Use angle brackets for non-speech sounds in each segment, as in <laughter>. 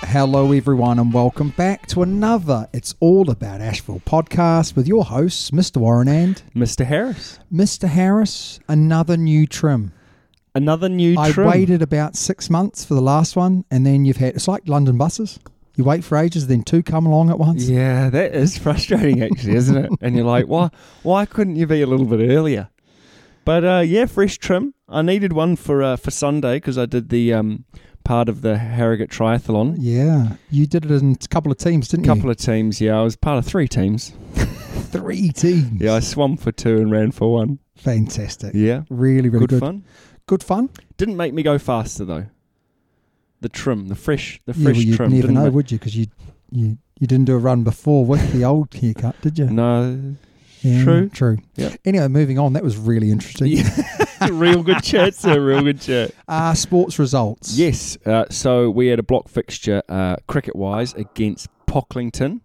Hello, everyone, and welcome back to another It's All About Asheville podcast with your hosts, Mr. Warren and Mr. Harris. Mr. Harris. Another new trim. Another new I trim. waited about six months for the last one, and then you've had it's like London buses. You wait for ages, then two come along at once. Yeah, that is <laughs> frustrating, actually, isn't it? And you're like, why? Why couldn't you be a little bit earlier? But uh, yeah, fresh trim. I needed one for uh, for Sunday because I did the um, part of the Harrogate Triathlon. Yeah. You did it in a couple of teams, didn't A couple of teams. Yeah, I was part of three teams. you? Three teams. Yeah, I swam for two and ran for one. Fantastic. Yeah, Really, really good, good. fun. Good fun. Didn't make me go faster though. The trim, the fresh, the yeah, fresh well, you'd trim. never didn't know, make- would you? Because you, you, you didn't do a run before with the old haircut, did you? no, <laughs> Yeah, True. True. Yep. Anyway, moving on. That was really interesting. real good chat, sir. Real good chat. <laughs> Uh, sports results. Yes. Uh, so we had a block fixture, uh, cricket wise, against Pocklington.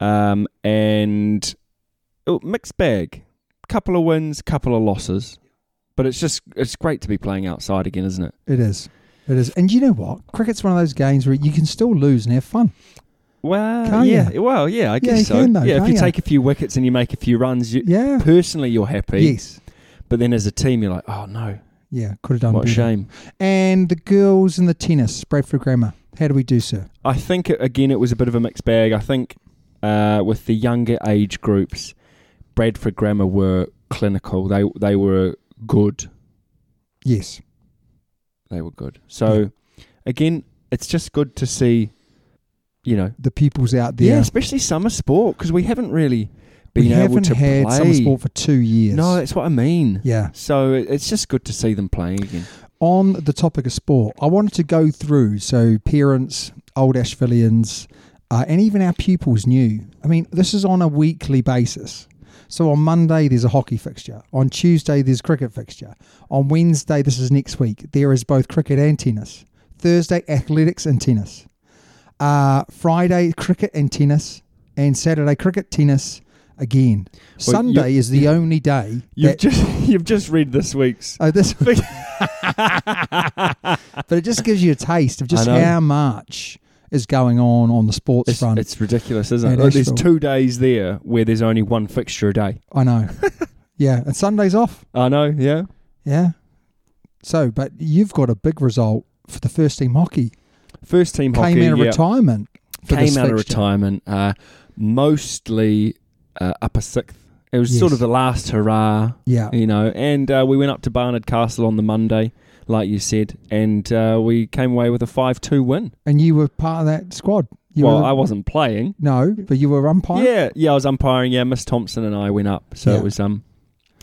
Um, and oh, mixed bag. Couple of wins, couple of losses. But it's just, it's great to be playing outside again, isn't it? It is. It is. And you know what? Cricket's one of those games where you can still lose and have fun. Well, Can't yeah. Well, yeah, I guess you so. can though, yeah, if can't you you? take a few wickets and you make a few runs, you, Yeah. personally you're happy. Yes. But then as a team, you're like, oh no, Yeah. Could have done what a better. shame. And the girls in the tennis, Bradford Grammar. How do we do, sir? I think again it was a bit of a mixed bag. I think uh, with the younger age groups, Bradford Grammar were clinical. They they were good. Yes. They were good. So again, it's just good to see, you know, The pupils out yeah, there. especially summer sport because we haven't really been we able haven't to had play. summer sport for two years. No, that's what I mean. Yeah. So it- it's just good to see them playing again. on the topic of sport, I wanted to go through so parents, old Ashvillians, uh, and even our pupils knew. I mean, this is on a weekly basis. So on Monday there's a hockey fixture. On Tuesday there's a cricket fixture. On Wednesday, this is next week. There is both cricket and tennis. Thursday, athletics and tennis. Uh, Friday, cricket and tennis. And Saturday, cricket, tennis again. Sunday is the only day. You've that- just <laughs> you've just read this <laughs> week's. Oh, this but it just gives you a taste of just I know. how much is going on on the sports It's, front. it's ridiculous, isn't it? And Like, There's Asheville. two days there where there's only one fixture a day. <laughs> I know. yeah, and Sunday's off. I know, yeah. Yeah. So, but you've got a big result for the first team hockey. First team hockey Came out of yeah. retirement. For Came this out of fixture. retirement, uh, mostly uh, upper sixth. It was sort Yes. of the last hurrah, Yeah. you know. And uh, we went up to Barnard Castle on the Monday, like you said, and uh, we came away with a five-two win. And you were part of that squad. You well, were, I wasn't playing. No, but you were umpire. Yeah, yeah, I was umpiring. Yeah, Miss Thompson and I went up, so Yeah. it was um,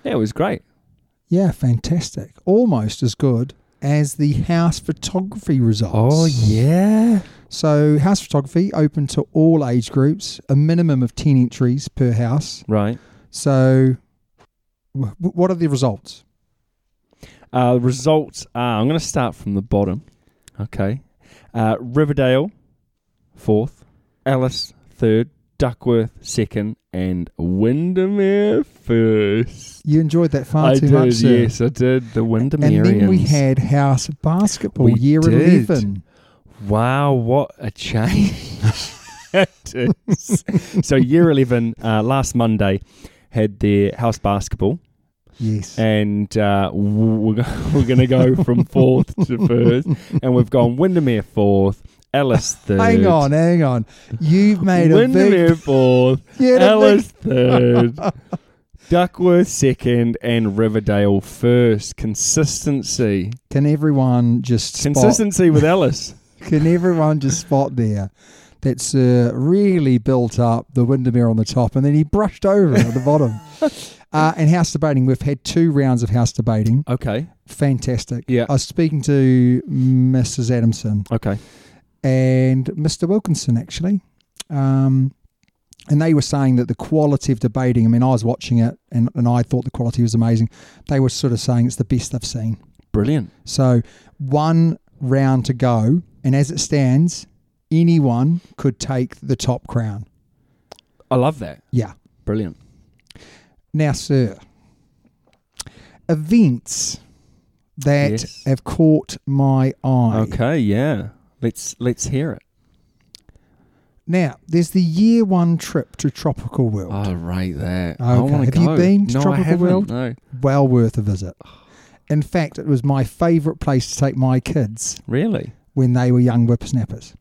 yeah, it was great. Yeah, fantastic. Almost as good as the house photography results. Oh, yeah, So, house photography open to all age groups, a minimum of 10 entries per house. right. So, w- w- what are the results? Uh, results are I'm going to start from the bottom. Okay. Uh, Riverdale, fourth. Alice, third. Duckworth, second. And Windermere, first. You enjoyed that far I too did, much, sir. yes, I did. The Windermere. And then we had house basketball We year did. 11. Wow, what a change. <laughs> it is. so, year 11, uh, last Monday, had their house basketball. Yes. and uh, w- we're, go- <laughs> we're going to go from <laughs> fourth to first, and we've gone Windermere fourth, <laughs> Ellis third. hang on, hang on. You've made a Windermere big. <laughs> fourth, You had a big- Ellis <laughs> third, Duckworth second, and Riverdale first. Consistency, Can everyone just spot? consistency <laughs> with Ellis. Can everyone just spot there? That's uh, really built up the Windermere on the top, and then he brushed over it at the bottom. <laughs> Uh, and house debating, we've had two rounds of house debating. Okay, Fantastic. Yeah. I was speaking to Mrs. Adamson okay, and Mr. Wilkinson, actually. Um, and they were saying that the quality of debating, I mean, I was watching it and, and I thought the quality was amazing. They were sort of saying it's the best they've seen. brilliant. So one round to go. And as it stands, anyone could take the top crown. I love that. Yeah. Brilliant. Now, sir, events that Yes. have caught my eye. Okay, yeah. Let's let's hear it. Now, there's the year one trip to Tropical World. I rate that. Oh, I Okay. want to Have go. you been to no, I Tropical haven't. World? No. Well worth a visit. In fact, it was my favourite place to take my kids Really? when they were young whippersnappers,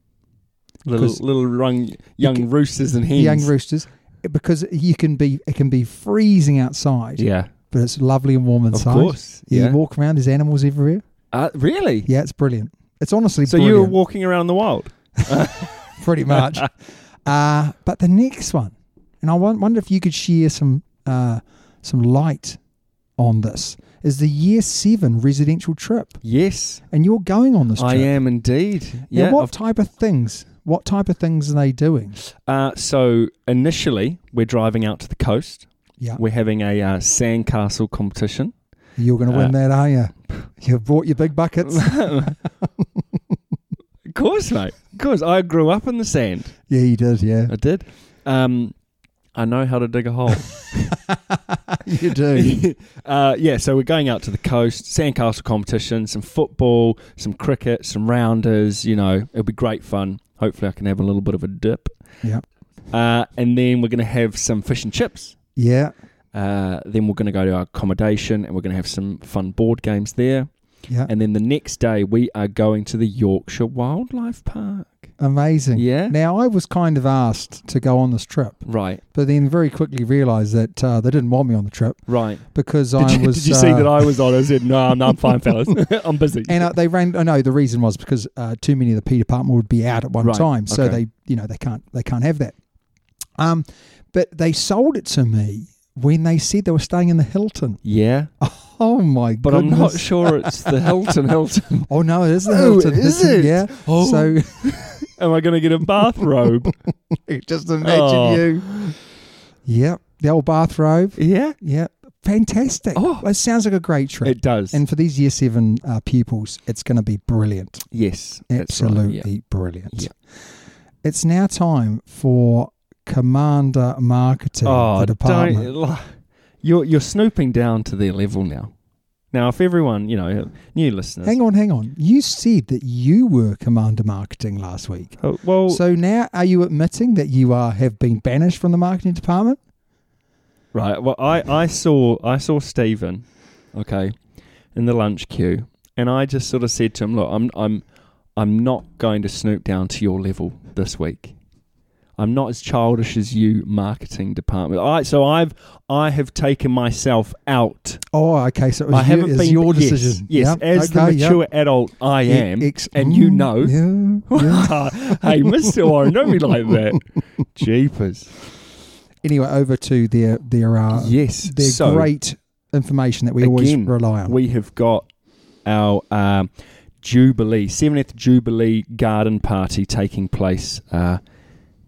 Little 'Cause little young, young can- roosters and the hens. young roosters, eh, because you can be it can be freezing outside, Yeah. but it's lovely and warm inside. Of course. Yeah, Yeah. you walk around. There's animals everywhere. Uh, really? Yeah, it's brilliant. It's honestly So you brilliant, were walking around the wild. <laughs> pretty much. uh, but the next one, and I won- wonder if you could share some uh, some light on this, is the year seven residential trip, Yes, and you're going on this trip. I am indeed. Now, Yeah. what I've- type of things? What type of things are they doing? Uh, so initially, we're driving out to the coast. Yeah, We're having a uh, sandcastle competition. <laughs> you're going to win Uh, that, are you? <laughs> You've brought your <laughs> big buckets. of course, mate. Of course, I grew up in the sand. yeah, you <laughs> did. Yeah, <laughs> I did. Um, I know how to dig a hole. you do. <laughs> uh, yeah, so we're going out to the coast, sandcastle competition, some football, some cricket, some rounders. You know, it'll be great fun. Hopefully, I can have a little bit of a dip. Yeah. Uh, and then we're going to have some fish and chips. yeah, Uh, then we're going to go to our accommodation and we're going to have some fun board games there. yeah, And then the next day, we are going to the Yorkshire Wildlife Park. amazing. Yeah. Now I was kind of asked to go on this trip, Right, but then very quickly realised that uh, they didn't want me on the trip right. because Did I you, <laughs> was. did you see uh, that I was on? I said, no, no I'm fine, <laughs> fellas. <laughs> I'm busy. And uh, they ran. Oh no, the reason was because uh, too many of the P department would be out at one Right, time, so okay. they, you know, they can't they can't have that. Um, but they sold it to me when they said they were staying in the Hilton. yeah, Oh my but goodness! I'm not sure it's the Hilton Hilton. Oh no, it is the Oh, Hilton. is isn't it? Yeah. Oh, So <laughs> am I going to get a Oh. bathrobe? just <laughs> imagine you. Yep. The old bathrobe. yeah, Yep. Fantastic. Oh. it sounds like a great trip. it does. and for these year seven uh, pupils, it's going to be brilliant. yes, that's right, Absolutely yeah. brilliant. Yeah. It's now time for Commander Marketing, Oh, the department. don't. You're you're snooping down to their level now. Now, if everyone, you know, new listeners, Hang on, hang on. You said that you were Commander Marketing last week. Oh, well, So now, are you admitting that you are have been banished from the marketing department? Right. Well, I, I saw I saw Stephen, okay, in the lunch queue, and I just sort of said to him, "Look, I'm I'm I'm not going to snoop down to your level this week. I'm not as childish as you, marketing department. I so I've I have taken myself out. Oh, okay. So it was I you- haven't it's been your yes, decision. Yes, Yep, as the okay, yep. mature adult I E- am, ex- and you mm, know. yeah, yeah. <laughs> hey, Mister Warren, don't be like <laughs> that. Uh, Jeepers. anyway, over to their their uh, yes. their so, great information that we always Again, rely on. we have got our um, Jubilee, 70th Jubilee Garden Party taking place uh,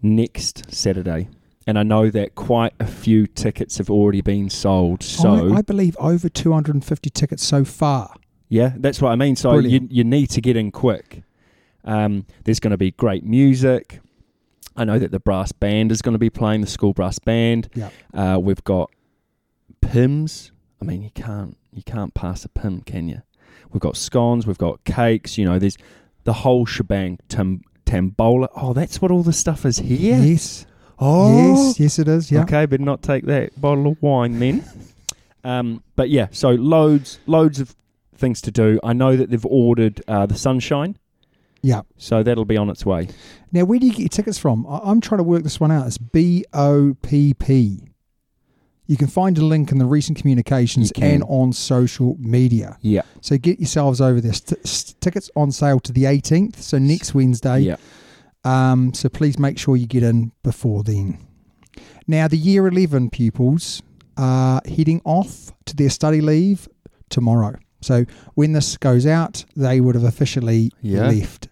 next Saturday. And I know that quite a few tickets have already been sold. So, I, I believe over 250 tickets so far. yeah, that's what I mean. So, you, Brilliant. you need to get in quick. Um, there's going to be great music. I know that the brass band is going to be playing, the school brass band. Yeah. Uh, we've got pims. I mean, you can't you can't pass a pim, can you? We've got scones, we've got cakes. You know, there's the whole shebang. Tam, tambola. Oh, that's what all the stuff is here. Yes. Oh, Yes. Yes, it is. Yeah. Okay, but not take that bottle of wine then. um, but yeah, so loads, loads of things to do. I know that they've ordered uh, the sunshine, Yeah. so that'll be on its way. Now, where do you get your tickets from? I, I'm trying to work this one out. It's B O P P. You can find a link in the recent communications You can. and on social media. Yeah, So get yourselves over there. St- st- tickets on sale to the 18th, so next Wednesday. yeah. Um, so please make sure you get in before then. Now, the year 11 pupils are heading off to their study leave tomorrow. So when this goes out, they would have officially Yeah. left.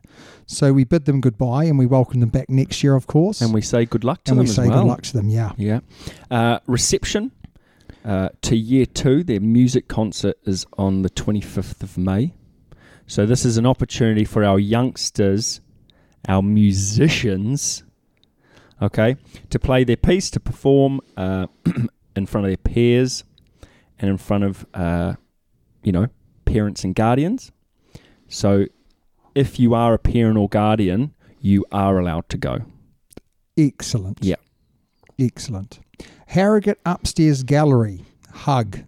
So we bid them goodbye and we welcome them back next year, of course. And we say good luck to And them we as say well. good luck to them, yeah. Yeah. Uh, reception uh, to year two. Their music concert is on the 25th of May. So, this is an opportunity for our youngsters, our musicians, okay, to play their piece, to perform uh, <clears throat> in front of their peers and in front of, uh, you know, parents and guardians. So, if you are a parent or guardian, you are allowed to go. Excellent. Yeah. Excellent. Harrogate Upstairs Gallery, HUG,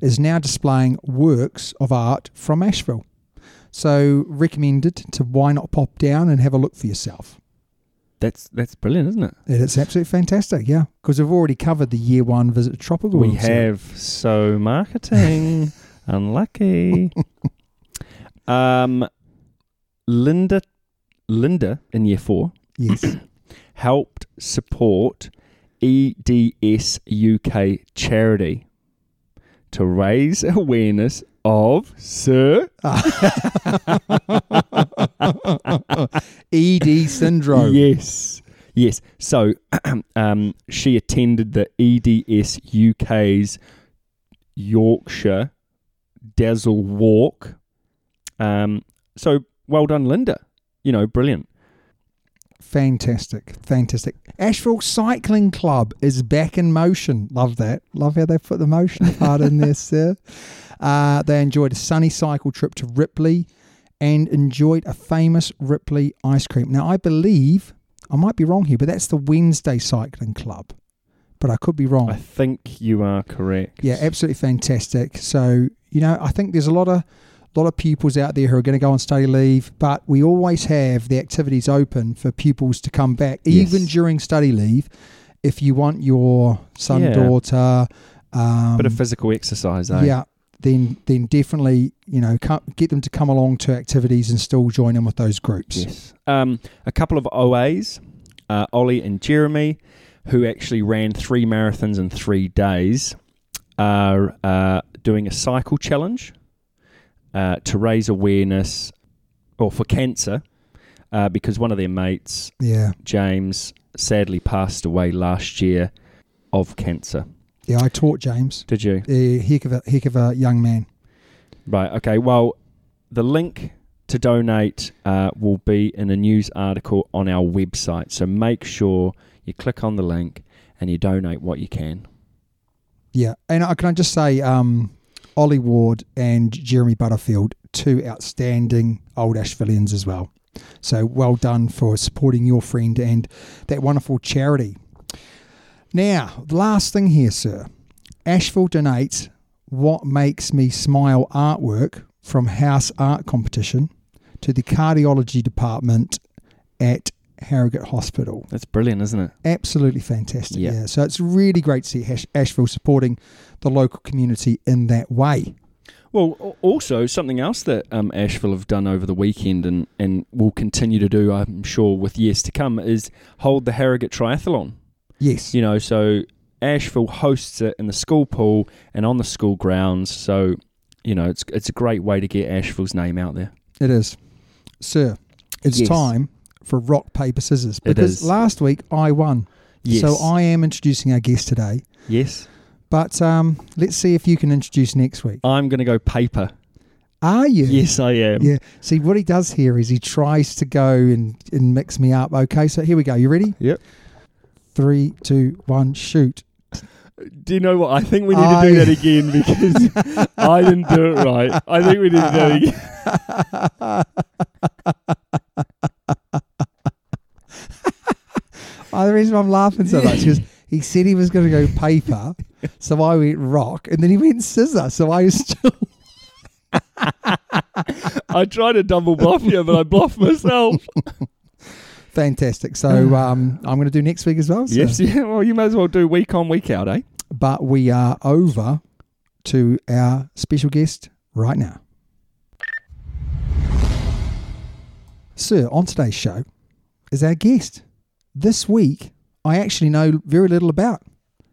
is now displaying works of art from Asheville. So recommended to why not pop down and have a look for yourself. That's that's brilliant, isn't it? And It's absolutely fantastic, yeah. Because we've already covered the year one visit to Tropical. we World Series. have so marketing. Unlucky. um, Linda, Linda in year four Yes. <laughs> helped support E EDS UK charity to raise awareness of Sir ED <laughs> E syndrome. Yes. Yes. So <clears throat> um, she attended the E EDS UK's Yorkshire Dazzle Walk. Um, so well done, Linda. You know, brilliant. Fantastic. Fantastic. Asheville Cycling Club is back in motion. Love that. Love how they put the motion part in there, sir. Uh, they enjoyed a sunny cycle trip to Ripley and enjoyed a famous Ripley ice cream. Now, I believe, I might be wrong here, but that's the Wednesday Cycling Club. But I could be wrong. I think you are correct. Oh. Yeah, absolutely fantastic. So you know, I think there's a lot of lot of pupils out there who are going to go on study leave, but we always have the activities open for pupils to come back, Yes. even during study leave. If you want your son, Yeah. daughter, um, Bit of physical exercise, eh? yeah, then then definitely you know come, get them to come along to activities and still join in with those groups. Yes. Um, a couple of OAs, uh, Ollie and Jeremy, who actually ran three marathons in three days, are uh, doing a cycle challenge uh, to raise awareness or for cancer uh, because one of their mates, Yeah, James, sadly passed away last year of cancer. yeah. I taught James. Did you? A heck of a heck of a young man. Right. Okay. Well, the link to donate uh, will be in a news article on our website. So make sure you click on the link and you donate what you can. Yeah, and I can I just say, um, Ollie Ward and Jeremy Butterfield, two outstanding old Ashvillians as well. So well done for supporting your friend and that wonderful charity. Now, the last thing here, sir, Asheville donates "What Makes Me Smile" artwork from House Art Competition to the cardiology department at Harrogate Hospital That's brilliant, isn't it? absolutely fantastic. Yeah. Yeah. So it's really great to see Ash- Asheville supporting the local community in that way. Well, al- also something else that um, Asheville have done over the weekend and, and will continue to do, I'm sure, with years to come, is hold the Harrogate Triathlon. Yes. You know, so Asheville hosts it in the school pool and on the school grounds. So, you know, it's it's a great way to get Asheville's name out there. It is. Sir, it's Yes. time for rock, paper, scissors. Because is. last week I won. So I am introducing our guest today. Yes. But um, let's see if you can introduce next week. I'm going to go paper. Are you? Yes, I am. Yeah. See, what he does here is he tries to go and, and mix me up. Okay, so here we go. You ready? Yep. Three, two, one, shoot. Do you know what? I think we need I- to do that again <laughs> because I didn't do it right. I think we need to do that <laughs> again. Oh, the reason I'm laughing so much is he said he was going to go paper, so I went rock, and then he went scissor, so I was still. <laughs> I tried to double bluff you, but I bluffed myself. Fantastic. So um, I'm going to do next week as well. <laughs> So. yes, yeah. <laughs> Well, you may as well do week on, week out, eh? But we are over to our special guest right now. Sir, on today's show is our guest. This week, I actually know very little about.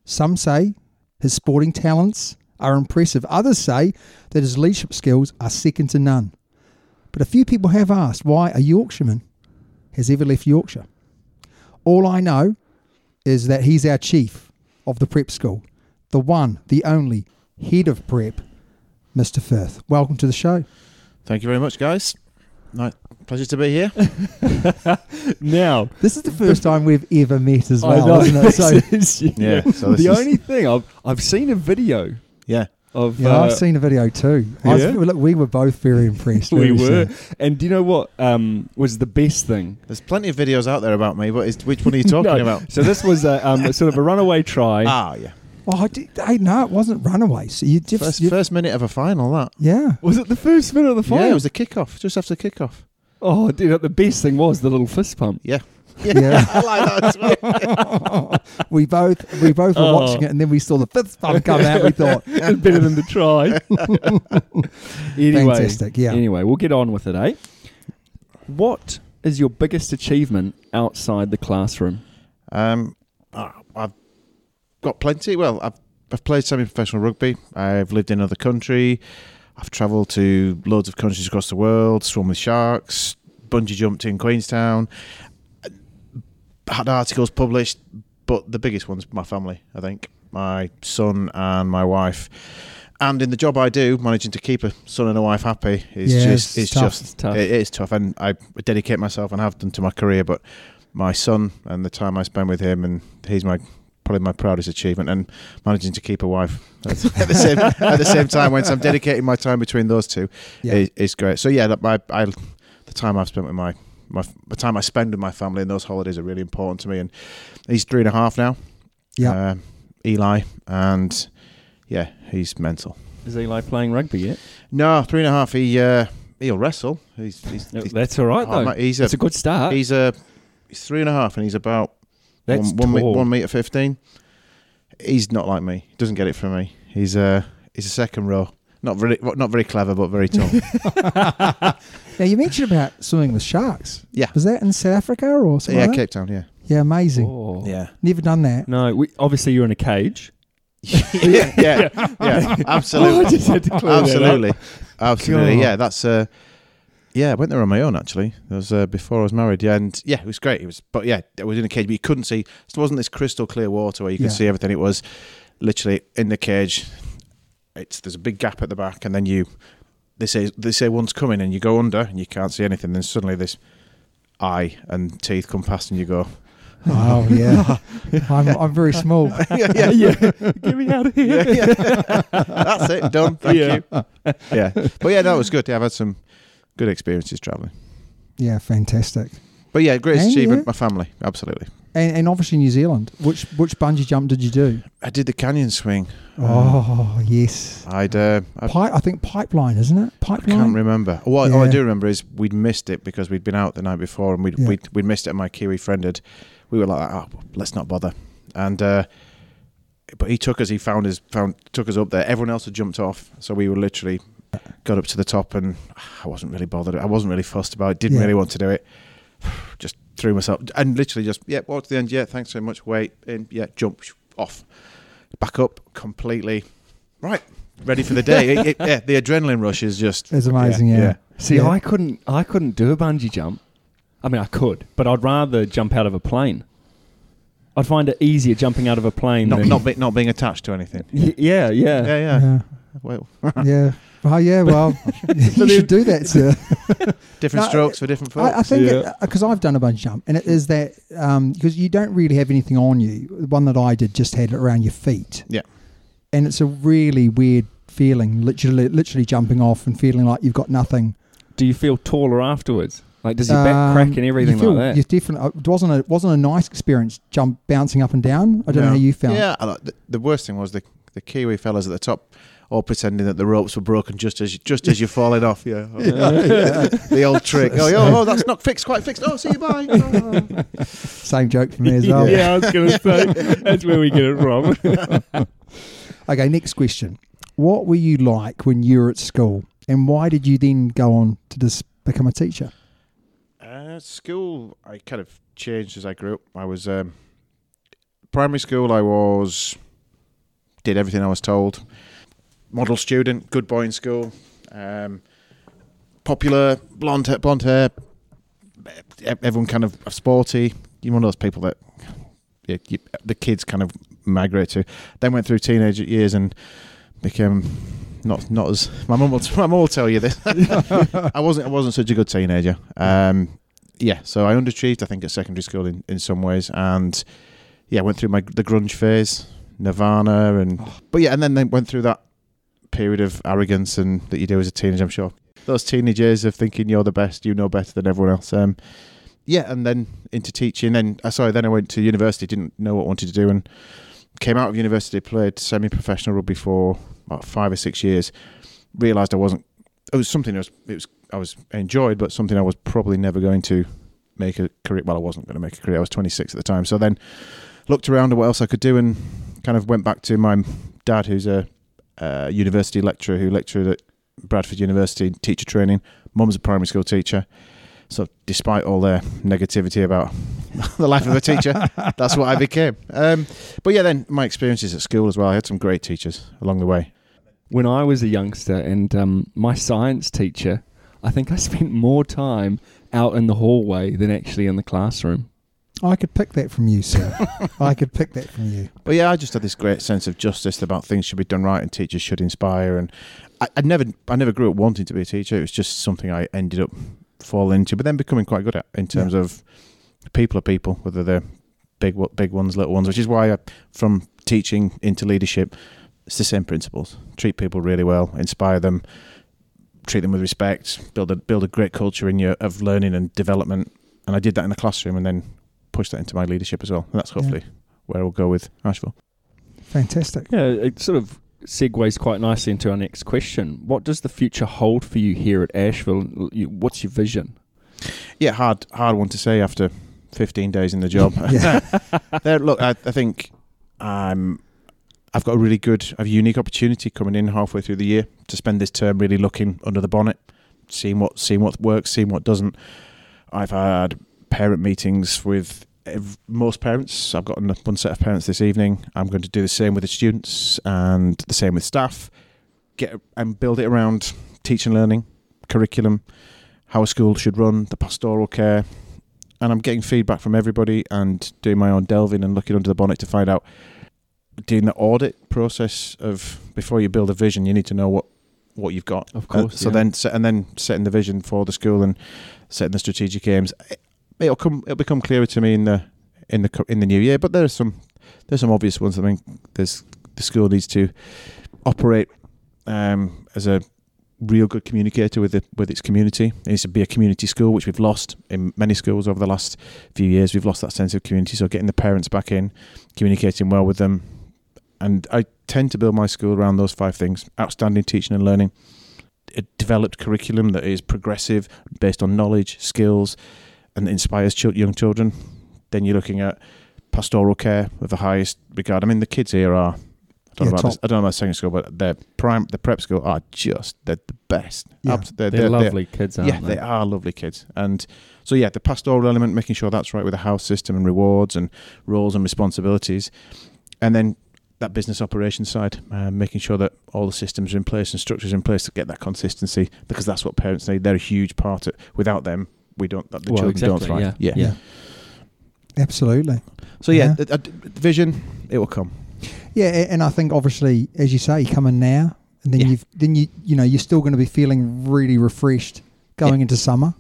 Some say his sporting talents are impressive, others say that his leadership skills are second to none. But a few people have asked why a Yorkshireman has ever left Yorkshire. All I know is that he's our chief of the prep school, the one, the only head of prep, Mr. Firth. Welcome to the show. Thank you very much, guys. Nice. Pleasure to be here. <laughs> Now, This is the first time we've ever met as <laughs> well, I know. isn't it? <laughs> So This is- Yeah, so this the is- only thing I've I've seen a video Yeah. of Yeah, uh, I've seen a video too. I was- Yeah? look, we were both very impressed. we very were. sad. And do you know what um, was the best thing? There's plenty of videos out there about me, but it's, <laughs> which one are you talking No. about? So this was a, um, sort of a runaway try. <laughs> Ah, yeah. Oh, I did, hey, no, it wasn't Runaways. So you just, First, you- first minute of a final, that. yeah. Was it the first minute of the final? Yeah, it was the kickoff, just after the kickoff. oh, dude, the best thing was the little fist pump. <laughs> Yeah. I like that as <laughs> well. we both we both were Oh. watching it, and then we saw the fifth one come out. We thought, it's better than the <laughs> try. <laughs> anyway, fantastic, yeah. anyway, we'll get on with it, eh? What is your biggest achievement outside the classroom? Um, I- I've got plenty. Well, I've, I've played semi-professional rugby. I've lived in another country. I've travelled to loads of countries across the world. Swum with sharks. Bungee jumped in Queenstown. Had articles published, but the biggest one's my family. I think my son and my wife. And in the job I do, managing to keep a son and a wife happy is Yeah, just it's it's tough. just It's tough. it is tough, and I dedicate myself and have done to my career. But my son and the time I spend with him, and he's my probably my proudest achievement, and managing to keep a wife at at the same at the same time. When I'm dedicating my time between those two, Yeah. is, is great. So yeah, that my I, the time I've spent with my my the time I spend with my family and those holidays are really important to me. And he's three and a half now. Yeah. uh, Eli, and yeah, he's mental. Is Eli playing rugby yet? No, three and a half. He uh, he'll wrestle. He's, he's, he's That's all right, Oh, though. mate, he's a It's a good start. He's a he's three and a half, and he's about That's one, one, me- tall. one meter fifteen. He's not like me. He Doesn't get it from me. He's a he's a second row. Not very not very clever, but <laughs> very tall. Now you mentioned about swimming with sharks. Yeah. was that in South Africa or something? yeah, like that? Cape Town. Yeah, yeah, amazing. <laughs> Oh. Never done that. No, we, obviously you're in a cage. yeah, yeah, <laughs> yeah. <laughs> Oh, I Absolutely, just had <laughs> to clear that up. absolutely, absolutely. God. Yeah, that's uh, yeah. I went there on my own actually. It was uh, before I was married. Yeah, and yeah, it was great. It was, but yeah, it was in a cage, but you couldn't see. It wasn't this crystal clear water where you could Yeah. see everything. It was literally in the cage. It's there's a big gap at the back, and then you they say they say one's coming, and you go under, and you can't see anything. Then suddenly this eye and teeth come past, and you go, <laughs> <laughs> Oh yeah, I'm, I'm very small. yeah, Yeah, <laughs> yeah, yeah. Get me out of here. yeah, yeah. That's it. Done. Thank Yeah. you. Yeah. But yeah, no, it was good. Yeah, I've had some good experiences traveling. Yeah, fantastic. But yeah, greatest And achievement, yeah. my family. Absolutely. And, and obviously New Zealand. Which which bungee jump did you do? I did the canyon swing. Oh yes, I'd, uh, I Pi- I think pipeline, isn't it? can't Pipeline. remember. What all I Yeah. do remember is we'd missed it because we'd been out the night before and we'd, Yeah. we'd, we'd missed it. And my Kiwi friend had, we were like, oh, let's not bother. And, uh, but he took us. He found us. Found took us up there. Everyone else had jumped off, so we were literally got up to the top, and I wasn't really bothered. I wasn't really fussed about it. Didn't Yeah. really want to do it. <sighs> Just threw myself and literally just yeah. Walked to the end. Yeah, thanks so much. Wait, in. Yeah, jump sh- off, back up completely. Right, ready for <laughs> the day. It- it- yeah, the adrenaline rush is just It's amazing. Yeah. yeah. See, Yeah. I couldn't. I couldn't do a bungee jump. I mean, I could, but I'd rather jump out of a plane. I'd find it easier jumping out of a plane. not than, not be, not being attached to anything. Y- <laughs> yeah, yeah. Yeah, yeah. yeah. Well, <laughs> yeah. Oh, yeah. Well, <laughs> you should do that, sir. different No, strokes for different folks. I, I think Yeah. because I've done a bunch of jump, and it is that because you don't really have anything on you. The one that I did just had it around your feet. Yeah. and it's a really weird feeling. Literally, literally jumping off and feeling like you've got nothing. Do you feel taller afterwards? Like, does your back Um, crack and everything you feel- like You that? definitely it wasn't a, it wasn't a nice experience. Jump bouncing up and down. I don't know No. how you found. it. Yeah, I like- the, the worst thing was the the Kiwi fellas at the top, all pretending that the ropes were broken just as you, just as you're falling off. Yeah, <laughs> <laughs> the old trick. Oh, yeah, oh, that's not fixed, quite fixed. Oh, see you bye. <laughs> Oh. Same joke for <laughs> me as well. I was <laughs> going to say that's where we get it wrong. Okay, next question. What were you like when you were at school, and why did you then go on to dis- become a teacher? Uh, school, I kind of changed as I grew up. I was um, primary school. I was did everything I was told. Model student, good boy in school. Um, popular, blonde, ha- blonde hair. e- Everyone kind of sporty. You're one of those people that yeah, you, the kids kind of migrate to. Then went through teenage years and became not not as my mum will <laughs> my mum will tell you this. <laughs> I wasn't I wasn't such a good teenager. Um, yeah, so I underachieved I think at secondary school in, in some ways, and yeah, went through my the grunge phase, Nirvana, and but yeah, and then they went through that period of arrogance and that you do as a teenager. I'm sure those teenage years of thinking you're the best, you know better than everyone else. Um, yeah, and then into teaching. Then uh, sorry, then I went to university. Didn't know what I wanted to do, and came out of university. Played semi-professional rugby for about five or six years. Realised I wasn't. It was something I was. It was I was I enjoyed, but something I was probably never going to make a career. Well, I wasn't going to make a career. I was 26 at the time. So then looked around at what else I could do, and kind of went back to my dad, who's a uh, university lecturer who lectured at Bradford University in teacher training. Mum's a primary school teacher. So, despite all their negativity about <laughs> the life of a teacher, <laughs> that's what I became. Um, but yeah, then my experiences at school as well. I had some great teachers along the way. When I was a youngster, and um, my science teacher, I think I <laughs> spent more time out in the hallway than actually in the classroom. I could pick that from you, sir. I could pick that from you. But yeah, I just had this great sense of justice about things should be done right and teachers should inspire. And I, I never, I never grew up wanting to be a teacher. It was just something I ended up falling into, but then becoming quite good at in terms Yeah. of people are people, whether they're big, wo- big ones, little ones. Which is why I, from teaching into leadership, it's the same principles: treat people really well, inspire them, treat them with respect, build a build a great culture in your of learning and development. And I did that in the classroom, and then pushed that into my leadership as well. And that's Yeah. hopefully where we'll go with Asheville. Fantastic. Yeah, it sort of segues quite nicely into our next question. What does the future hold for you here at Asheville? You- What's your <laughs> vision? Yeah, hard hard one to say after 15 days in the job. <laughs> Yeah. There, look, I, I think um, I've got a really good, a unique opportunity coming in halfway through the year to spend this term really looking under the bonnet, seeing what seeing what works, seeing what doesn't. I've had parent meetings with ev- most parents. I've gotten one set of parents this evening. I'm going to do the same with the students and the same with staff. Get and build it around teaching, learning, curriculum, how a school should run, the pastoral care, and I'm getting feedback from everybody and doing my own delving and looking under the bonnet to find out doing the audit process of before you build a vision you need to know what what you've got Of Uh, so yeah. then se- and then setting the vision for the school and setting the strategic aims It- it'll come it'll become clearer to me in the in the co- in the new year but there's some there's some obvious ones i mean there's the school needs to operate um, as a real good communicator with the, with its community. It needs to be a community school, which we've lost in many schools over the last few years. We've lost that sense of community. So getting the parents back in, communicating well with them, and I tend to build my school around those five things: outstanding teaching and learning, a developed curriculum that is progressive, based on knowledge, skills, and inspires chil- young children. Then you're looking at pastoral care of the highest regard. I mean, the kids here are. I don't, Yeah, know about top. this, I don't know about secondary school, but their prime, the prep school are just they're the best. Yeah. Abs- they're, They're, they're- they're- lovely kids, aren't yeah, they? are lovely kids. And so yeah, the pastoral element, making sure that's right with the house system and rewards and roles and responsibilities, and then that business operations side, uh, making sure that all the systems are in place and structures in place to get that consistency, because that's what parents need. They're a huge part. Of, without them, we don't. The Well, children don't exactly, thrive. yeah, yeah. Absolutely. So yeah, Yeah. The, the vision it will come. Yeah, a- and I think obviously, as you say, you come in now, and then Yeah. you've then you you know you're still going to be feeling really refreshed going into summer.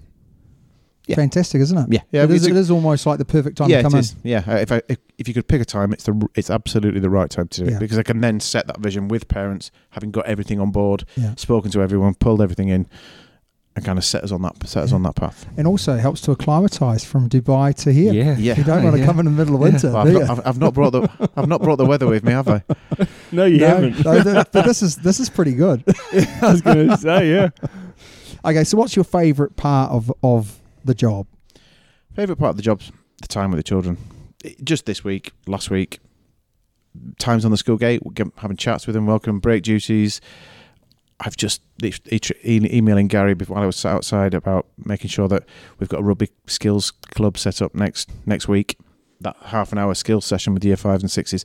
Yeah. Fantastic, isn't it? Yeah. Yeah, it, is, it's it a- is almost like the perfect time yeah, to come it in. is. Yeah, uh, if I if, if you could pick a time, it's the r- it's absolutely the right time to do Yeah. it because I can then set that vision with parents, having got everything on board, Yeah. spoken to everyone, pulled everything in, and kind of set us on that set us Yeah. on that path. And also it helps to acclimatise from Dubai to here. Yeah. Yeah. You don't want <laughs> to Yeah. come in the middle of Yeah. winter. Well, I've, do not, you? I've, I've not brought the I've not brought the weather with me, have I? No, you No, haven't. no, th- but this is this is pretty good. <laughs> I was going to say, yeah. Okay, so what's your favourite part of of the job? Favorite part of the job's the time with the children. It- Just this week, last week, times on the school gate, we're g- having chats with them, welcome break duties. I've just e- e- e- emailing Gary bef- while I was sat outside about making sure that we've got a rugby skills club set up next next week. That half an hour skills session with year fives and sixes.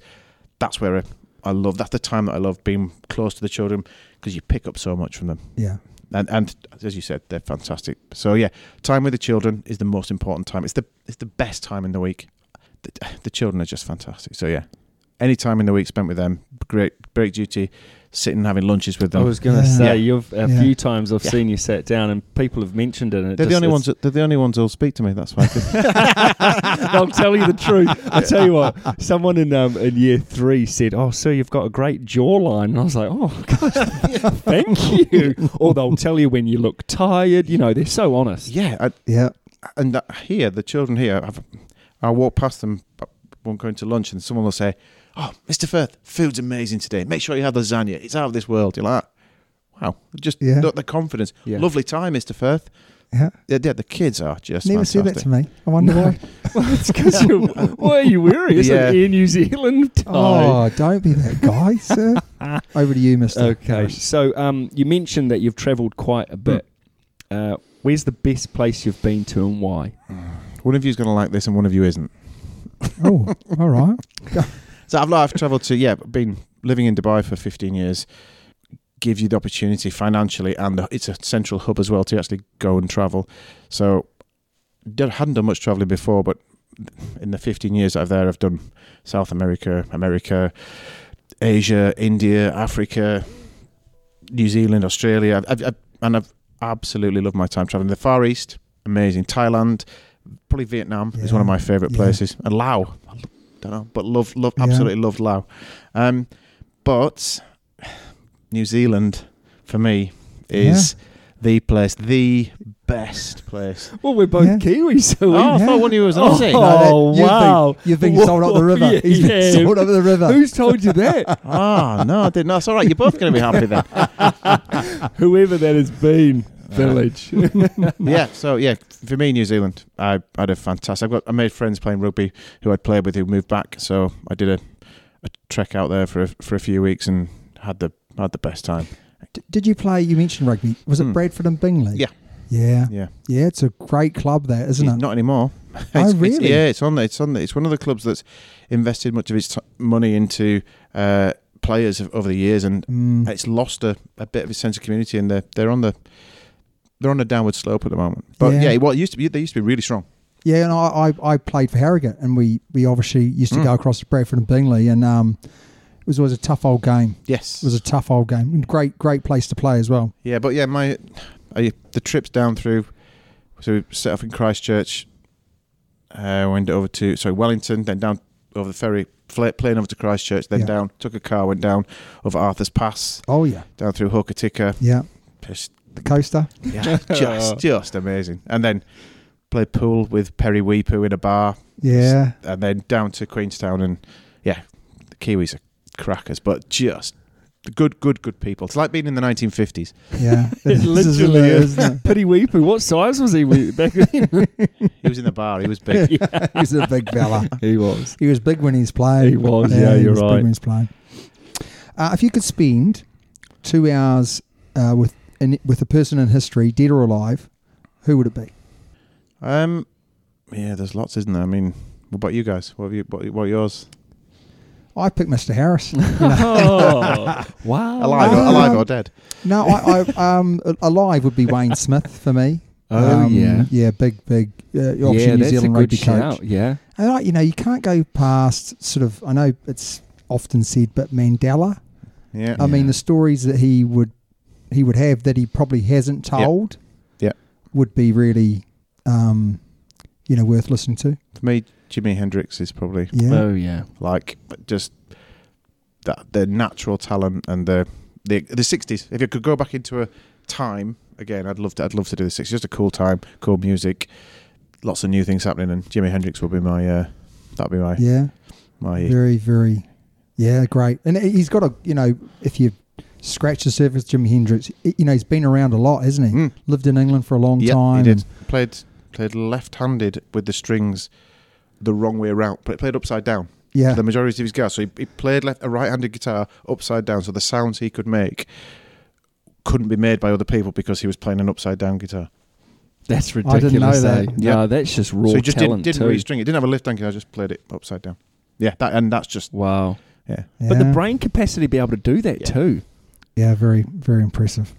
That's where I, I love. That's the time that I love being close to the children because you pick up so much from them Yeah, and and as you said, they're fantastic. So yeah, time with the children is the most important time. It's the it's the best time in the week. The, the children are just fantastic. So yeah, any time in the week spent with them, great break duty, sitting and having lunches with I them. was going to Yeah. say Yeah. you've a Yeah. few times I've Yeah. seen you sat down and people have mentioned it. And it they're the just- only it's- <laughs> ones. That, they're the only ones who'll speak to me. That's why. I think. I'll tell you the truth. I tell you what, someone in um, in year three said, "Oh, sir, you've got a great jawline," and I was like, "Oh, <laughs> gosh, thank you." Or they'll tell you when you look tired. You know, they're so honest. yeah, I, Yeah. and that here the children here I've, i walk past them when going to lunch and someone will say oh mr firth food's amazing today make sure you have lasagna it's out of this world you're like wow just Yeah. the, the confidence Yeah. lovely time mr firth Yeah. yeah, yeah, the kids are just Never said that fantastic. to me. I wonder No. why. <laughs> Well, it's because you. Why are you wearing? It's Yeah. like Air New Zealand time. Oh, don't be that guy, <laughs> sir. Over to you, Mister. Okay, so um, you mentioned that you've travelled quite a bit. Uh, where's the best place you've been to and why? one of you's going to like this and one of you isn't Oh, all <laughs> right. so I've, I've travelled to yeah been living in Dubai for 15 years gives you the opportunity financially and the, it's a central hub as well to actually go and travel so did, hadn't done much travelling before but in the 15 years that I've there I've done South America America Asia India Africa New Zealand Australia I've, I've, and I've absolutely loved my time travelling the Far East amazing Thailand probably Vietnam is one of Yeah. my favourite Yeah. places and Laos don't know, but love, love, Yeah. absolutely loved Lao. Um, but New Zealand for me is the place, the best place. Well, we're both Yeah. Kiwis, so oh, we- I thought one of you was an Aussie. Oh, you've wow. Been, you've been Whoa, sold up the river. <laughs> He's yeah. been sold up the river. who's told you that? <laughs> Ah, no, I didn't. That's all right. You're both going to be happy then. Whoever that has been, <laughs> village. yeah. So yeah, for me, New Zealand. I had a fantastic. I've got. I made friends playing rugby who I'd played with who moved back. So I did a, a trek out there for a, for a few weeks and had the had the best time. <laughs> D- did you play? You mentioned rugby. Was it Hmm. Bradford and Bingley? Yeah. Yeah. Yeah. Yeah. It's a great club, there, isn't it? <laughs> Not anymore. Oh, It's- it's- really? yeah, it's on. It's on. It's one of the clubs that's invested much of its t- money into uh, players of- over the years, and Mm. it's lost a, a bit of its sense of community, and they're they're on the they're on a downward slope at the moment. But Yeah. yeah, what used to be they used to be really strong. Yeah, and I, I, I played for Harrogate, and we, we obviously used to Mm. go across to Bradford and Bingley, and um, it was always a tough old game. Yes. It was a tough old game. and Great, great place to play as well. Yeah, but yeah, my I, the trips down through. So we set off in Christchurch, uh, went over to sorry Wellington, then down over the ferry, fl- plane over to Christchurch, then Yeah. down. Took a car, went down over Arthur's Pass, Oh yeah, down through Hokitika. yeah. Just The coaster. Yeah, just just amazing. And then played pool with Perry Weepu in a bar, Yeah, and then down to Queenstown, and yeah, the Kiwis are crackers, but just good, good, good people. It's like being in the 1950s. yeah. <laughs> It This is literally it, is. isn't Pity Weepu, what size was he we- back then? <laughs> He was in the bar. He was big. it? he was a big fella. <laughs> he was. He was big when he's playing. He was, yeah, he you're was Big right. when he's playing. Uh, if you could spend two hours uh, with in, with a person in history, dead or alive, who would it be? Um, yeah, there's lots, isn't there? I mean, what about you guys? What have you? What, what are yours? I picked Mr. Harris. <laughs> <laughs> Oh, <laughs> wow. Alive, or, Uh, alive or dead? No, I, I um, alive would be Wayne Smith for me. <laughs> Oh, Um, yeah. yeah, big, big. Uh, obviously Yeah, New that's a Zealand good rugby shout. coach. Yeah. And I, you know, you can't go past sort of. I know it's often said, but Mandela. Yeah, I mean, Yeah. the stories that he would he would have that he probably hasn't told. Yep. Would be really, um, you know, worth listening to. for me, Jimi Hendrix is probably Yeah. Oh, yeah. like just that the natural talent and the the the sixties. If you could go back into a time again, I'd love to. I'd love to do the sixties. Just a cool time, cool music, lots of new things happening, and Jimi Hendrix will be my. Uh, that'll be my yeah. my. Very, very, yeah, great. And he's got a, you know, if you scratch the surface, Jimi Hendrix, you know, he's been around a lot, hasn't he? Mm. Lived in England for a long Yeah, time. he did. and- Played played left-handed with the strings, the wrong way around. Played, played upside down. yeah. The majority of his guitar. So he, he played left a right-handed guitar upside down. So the sounds he could make couldn't be made by other people because he was playing an upside down guitar. That's I ridiculous. didn't know eh? that. No, Yeah. that's just raw so he just talent, didn't, too. didn't restring it. Didn't have a lift anchor. I just played it upside down. Yeah, that and that's just wow. yeah. But the Yeah. brain capacity to be able to do that, Yeah. too. Yeah, very, very impressive.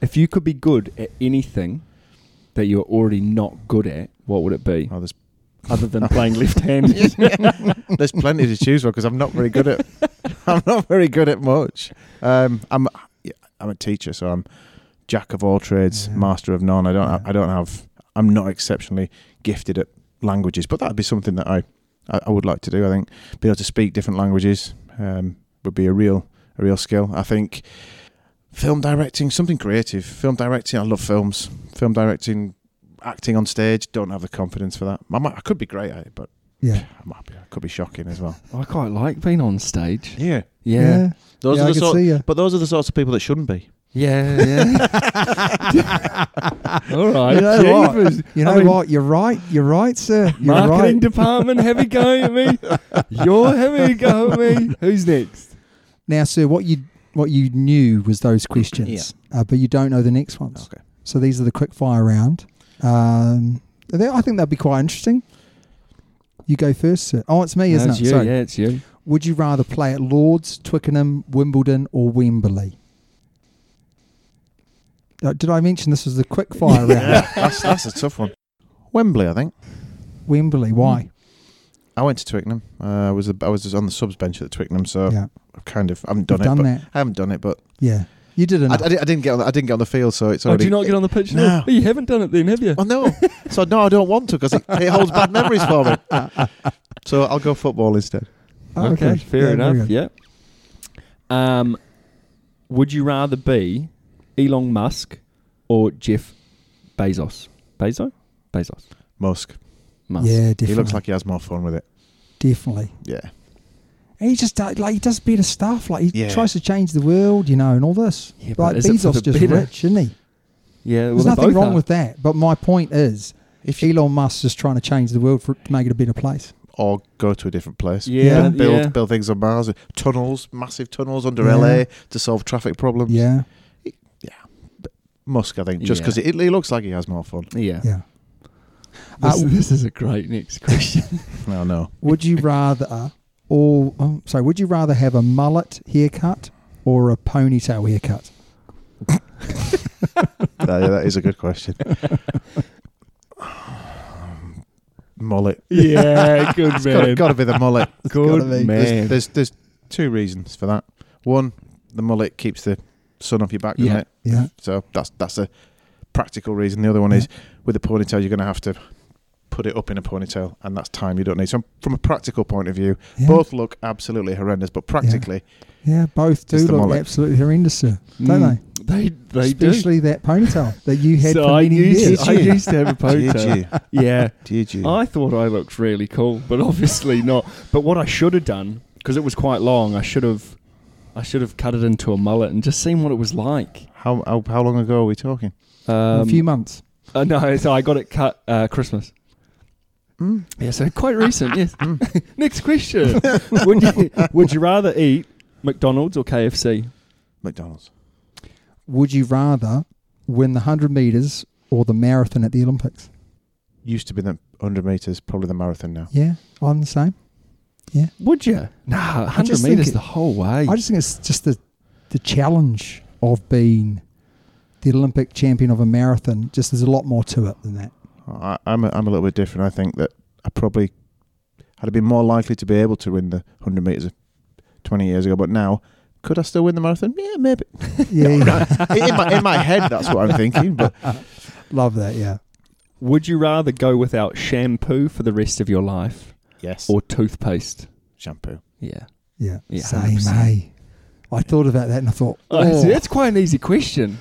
If you could be good at anything that you're already not good at, what would it be? Oh, there's other than playing <laughs> left-handed. There's plenty to choose from because I'm not very good at. I'm not very good at much. Um, I'm yeah, I'm a teacher, so I'm jack of all trades, Yeah. master of none. I don't Yeah. I don't have. I'm not exceptionally gifted at languages, but that'd be something that I I, I would like to do. I think being able to speak different languages um, would be a real a real skill. I think film directing, something creative. Film directing. I love films. Film directing. Acting on stage, don't have the confidence for that. I, might, I could be great at it, but Yeah. I <sighs> might be, I could be shocking as well. I quite like being on stage. <laughs> Yeah. Yeah, Those Yeah, are I the can sort, see ya. but those are the sorts of people that shouldn't be. yeah, <laughs> yeah. All right, You know what? Jeepers. You I know mean, what? You're right. You're right, sir. You're Marketing right. department, have a go at me. You're having a go at me. <laughs> Who's next? Now, sir, what you what you knew was those questions, uh, but you don't know the next ones. Okay. So these are the quick fire round. Um, they, I think that'd be quite interesting. You go first, sir. Oh, it's me, isn't No, it's it? you. Sorry. Yeah, it's you. Would you rather play at Lords, Twickenham, Wimbledon, or Wembley? Uh, did I mention this was the quick fire round? <laughs> <laughs> Yeah, that's, that's a tough one. Wembley, I think. Wembley, why? I went to Twickenham. Uh, I was I was on the subs bench at Twickenham, so yeah, I've kind of I haven't you've done it. done but that. I haven't done it, but Yeah, you did I, enough. I, di- I didn't get on the, I didn't get on the field, so it's Oh, do already. you not get on the pitch? now? No. Oh, you haven't done it then, have you? Well, no. <laughs> so no, I don't want to because it, it holds bad memories for me. So I'll go football instead. Oh, okay, fair Yeah, very enough. good. Yeah. Um, would you rather be Elon Musk or Jeff Bezos? Bezos? Bezos. Musk. Musk. Yeah, definitely. He looks like he has more fun with it. definitely. Yeah. He just do- like he does better stuff. Like he Yeah. tries to change the world, you know, and all this. Yeah, but like is it for Bezos the just better? rich, isn't he? Yeah, well, There's they nothing both wrong are. with that. But my point is, If you Elon Musk's just trying to change the world for it to make it a better place. or go to a different place. Yeah, Yeah. Build yeah. build things on Mars. Tunnels, massive tunnels under Yeah. LA to solve traffic problems. Yeah, Musk, I think, just Yeah. because it, it looks like he has more fun. Yeah. yeah. Uh, This, this is a great <laughs> next question. No, no. Would you rather, or um, sorry, would you rather have a mullet haircut or a ponytail haircut? <laughs> That- that is a <laughs> good question. mullet. <laughs> yeah, good <laughs> It's got to be the mullet. <laughs> Good gotta be. man. There's, there's there's two reasons for that. One, the mullet keeps the sun off your back, doesn't Yeah. it? Yeah, So that's that's a practical reason. The other one is with a ponytail, you're going to have to put it up in a ponytail, and that's time you don't need. So from a practical point of view, yeah. both look absolutely horrendous, but practically, Yeah, both do Just the look mullet. absolutely horrendous, sir. Don't Mm. They they Especially that ponytail that you do. had so for I many used, years. I used to have a <laughs> ponytail. did yeah, you? Did you? I thought I looked really cool, but <laughs> obviously not. But what I should have done, because it was quite long, I should have, I should have cut it into a mullet and just seen what it was like. How, how how long ago are we talking? Um, a few months. uh, no, so I got it cut uh, Christmas. Mm. Yeah, so quite recent. <laughs> Yes. Mm. Next question: would you would you rather eat McDonald's or KFC? McDonald's. Would you rather win the hundred meters or the marathon at the Olympics? Used to be the 100 metres, probably the marathon now. Yeah, I'm the same. Would you? Nah, hundred just meters think it- the whole way. I just think it's just the the challenge of being the Olympic champion of a marathon. Just there's a lot more to it than that. I, I'm, a, I'm a little bit different. I think that I probably had been more likely to be able to win the 100 metres 20 years ago, but now, could I still win the marathon? Yeah, maybe. <laughs> Yeah, in, my, in my head, that's what I'm thinking, but love that. Yeah, would you rather go without shampoo for the rest of your life yes. Or or toothpaste? shampoo. Yeah. yeah, Yeah, same. 100%. Hey, I thought about that and I thought, Oh, oh, see, that's quite an easy question.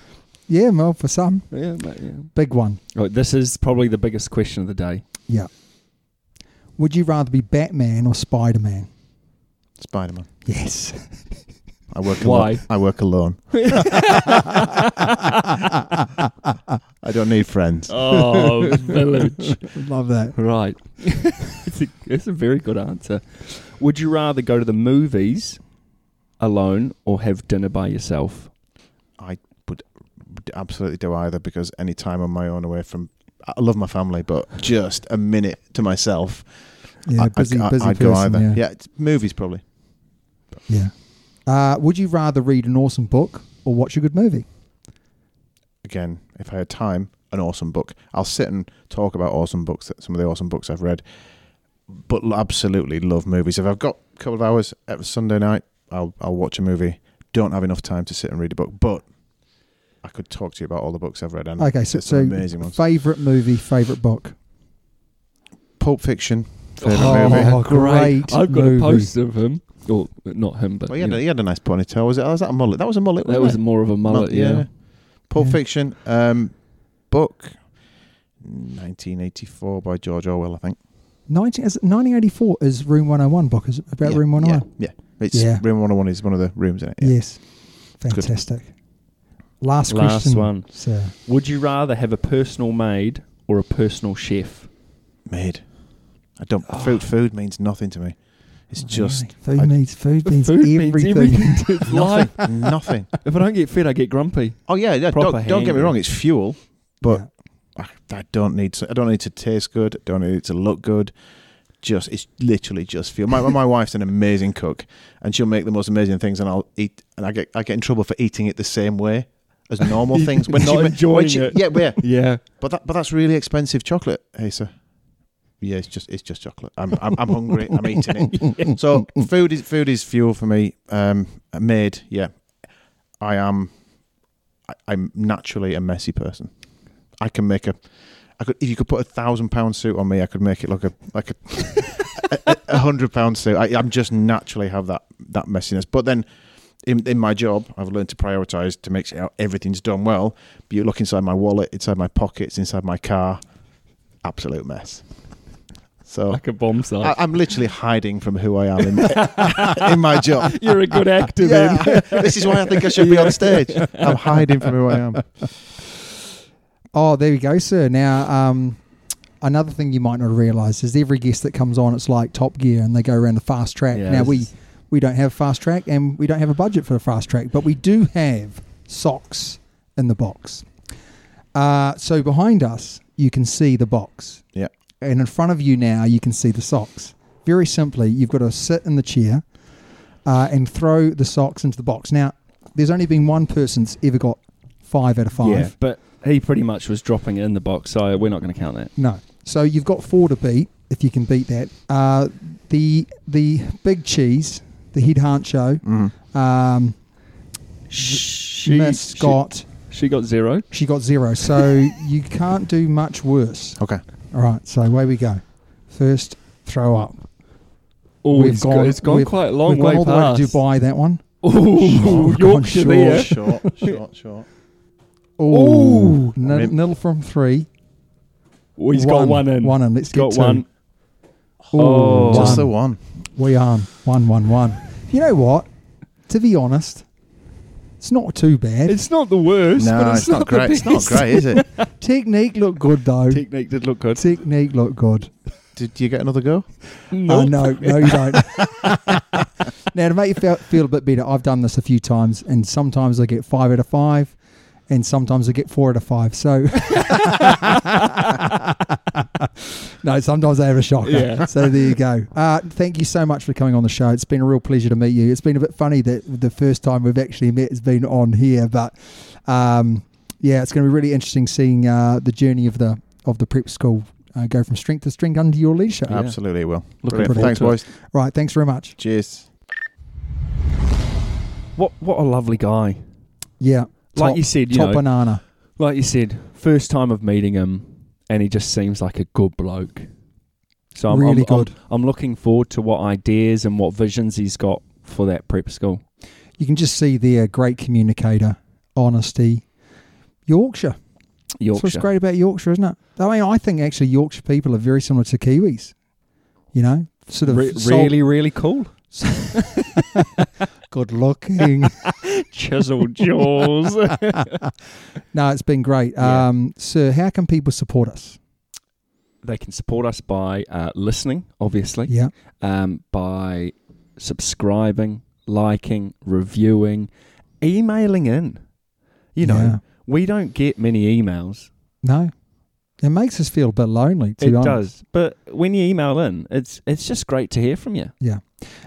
yeah, well, for some Yeah, mate, yeah. big one. Right, this is probably the biggest question of the day. Would you rather be Batman or Spider Man? Spider Man. Yes. I work Why? Alone. I work alone. I don't need friends. Oh, <laughs> village. Love that. <laughs> Right. it's, a, it's a very good answer. Would you rather go to the movies alone or have dinner by yourself? Absolutely do either because any time on my own away from. I love my family, but just a minute to myself. Yeah, I, busy, I, busy I'd person. go either. Yeah. yeah, it's movies probably. Yeah. Uh, would you rather read an awesome book or watch a good movie? again, if I had time, an awesome book. I'll sit and talk about awesome books, that some of the awesome books I've read. but l- absolutely love movies. If I've got a couple of hours every Sunday night, I'll I'll watch a movie. Don't have enough time to sit and read a book, but I could talk to you about all the books I've read. And Okay, so, there's some so amazing ones. favorite movie, favorite book. Pulp Fiction, favorite Oh, <laughs> movie. great I've got movie. a poster of him. Or not him, but Well, he had, you a, know, he had a nice ponytail. Was it? Oh, was that a mullet? That was a mullet. that wasn't was it? more of a mullet. Mul- yeah. Pulp Yeah. Fiction, um, book, 1984 by George Orwell, I think. 19, is it 1984 is Room 101 book, is it about yeah, Room 101? Yeah, yeah. It's Yeah. Room 101 is one of the rooms in it. Yeah. Yes. Fantastic. Last, Last question. one. Sir. Would you rather have a personal maid or a personal chef? Made. I don't. Oh. Food, food means nothing to me. Oh, It's just Really, food I- needs food means Food means everything. everything <laughs> to life. <laughs> nothing. if I don't get fed, I get grumpy. Oh yeah, yeah. Proper Don't, don't get me hangry. wrong. It's fuel, but Yeah. I, I don't need. To, I don't need to taste good. I don't need it to look good. Just it's literally just fuel. My, my wife's an amazing cook, and she'll make the most amazing things, and I'll eat, and I get I get in trouble for eating it the same way as normal <laughs> things. Not ma- enjoying she, it. Yeah, but yeah, Yeah. but that but that's really expensive chocolate, hey sir. Yeah, it's just it's just chocolate. I'm I'm, I'm hungry. I'm eating it. So food is food is fuel for me. Um, made, yeah. I am. I, I'm naturally a messy person. I can make a. I could if you could put a thousand pound suit on me, I could make it look a like a a- a hundred pound suit. I, I'm just naturally have that that messiness. But then. In, in my job, I've learned to prioritize to make sure everything's done well. But you look inside my wallet, inside my pockets, inside my car, absolute mess. So Like a bomb site. Uh, I, I'm literally hiding from who I am in, in my <laughs> <laughs> job. You're a good uh, actor then. Yeah, this is why I think I should be on <laughs> stage. I'm hiding from who I am. Oh, there you go, sir. Now, um, another thing you might not realise is every guest that comes on, it's like Top Gear, and they go around the fast track. Yeah, now this we is- we don't have fast track, and we don't have a budget for the fast track, but we do have socks in the box. Uh, so behind us, you can see the box, Yeah. and in front of you now, you can see the socks. Very simply, you've got to sit in the chair uh, and throw the socks into the box. Now, there's only been one person that's ever got five out of five. Yeah, but he pretty much was dropping it in the box, so we're not going to count that. No. So you've got four to beat if you can beat that. Uh, the the big cheese, the head honcho, Mm-hmm. Mm. um, She, Miss got She, she got zero. she got <laughs> zero. So you can't do much worse. Okay. All right. So away we go. First throw up. Oh, We've it's gone, gone- it's gone we've- quite a long We've way gone all past. the way to Dubai. That one. Oh, We've gone Yorkshire short. there. <laughs> Short, short, short. Oh, Ooh. nil, I mean- nil from three. Oh, he's got one in. One in. Let's He's got get two. one. Ooh, Oh. one. Just the one. We are one, one, one. You know what? To be honest, it's not too bad. It's not the worst, No, but it's, it's, not the great. It's not best. great, <laughs> is it? Technique looked good though. Technique did look good. Technique looked good. Did you get another go? Oh no, no, you don't. now to make you feel, feel a bit better, I've done this a few times, and sometimes I get five out of five, and sometimes I get four out of five. So <laughs> no, sometimes I have a shocker. Yeah. So there you go. Uh, thank you so much for coming on the show. It's been a real pleasure to meet you. It's been a bit funny that the first time we've actually met has been on here, but um, yeah, it's going to be really interesting seeing uh, the journey of the of the prep school uh, go from strength to strength under your leadership. Yeah. Absolutely, it will. Looking Brilliant. forward Thanks, to it. boys. Right. Thanks very much. Cheers. What what a lovely guy. Yeah. like top- you said, you top know, banana. like you said, first time of meeting him, and he just seems like a good bloke. So I'm, Really I'm- I'm- good. I'm looking forward to what ideas and what visions he's got for that prep school. You can just see there, great communicator, honesty. Yorkshire. That's what's Yorkshire. great about Yorkshire, isn't it? I mean, I think actually Yorkshire people are very similar to Kiwis. You know, sort of Re- soul- really, really <laughs> cool. <laughs> good looking. <laughs> Chiseled jaws. no, it's been great. Yeah. Um, sir, how can people support us? <laughs> they can support us by uh, listening, obviously, Yeah. um, by subscribing, liking, reviewing, emailing in. You know, Yeah. we don't get many emails. No. It makes us feel a bit lonely, to it be does, honest. but when you email in, it's it's just great to hear from you.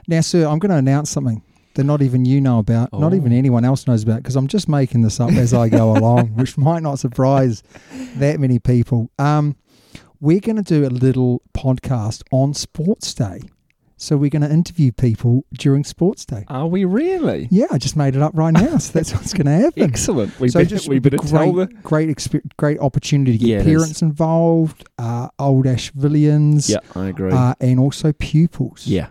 Now, sir, I'm going to announce something that not even you know about, not Oh. even anyone else knows about, because I'm just making <laughs> this up as I go along, which might not surprise that many people. Um, we're going to do a little podcast on Sports Day. So we're going to interview people during Sports Day. Are we really? Yeah, I just made it up right now. So that's what's <laughs> going to happen. Excellent. We so better, just we better great, tell the great, expe- great opportunity to get Yeah, it is. parents involved, uh, old Ashvillians, Yeah, I agree. uh, and also pupils. yeah.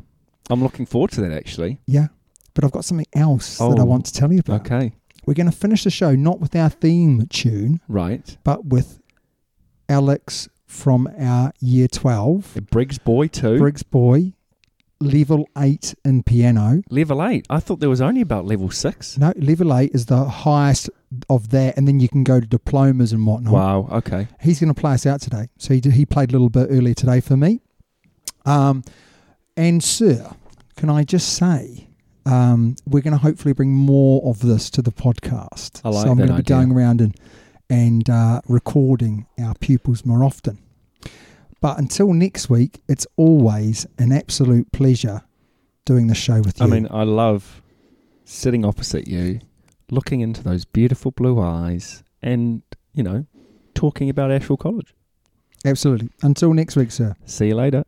I'm looking forward to that actually. Yeah. But I've got something else that I Oh. want to tell you about. Okay. We're going to finish the show not with our theme tune, Right. but with Alex from our year 12, The Briggs boy too. Briggs Boy, level 8 in piano. level 8. I thought there was only about level 6. No, level 8 is the highest of that, and then you can go to diplomas and whatnot. Wow, okay. He's going to play us out today. So he, did, he played a little bit earlier today for me. Um, and, sir, can I just say, um, we're going to hopefully bring more of this to the podcast. I like so I'm that going to be idea. going around and, and uh, recording our pupils more often. But until next week, it's always an absolute pleasure doing the show with you. I mean, I love sitting opposite you, looking into those beautiful blue eyes and, you know, talking about Asheville College. absolutely. Until next week, sir. See you later.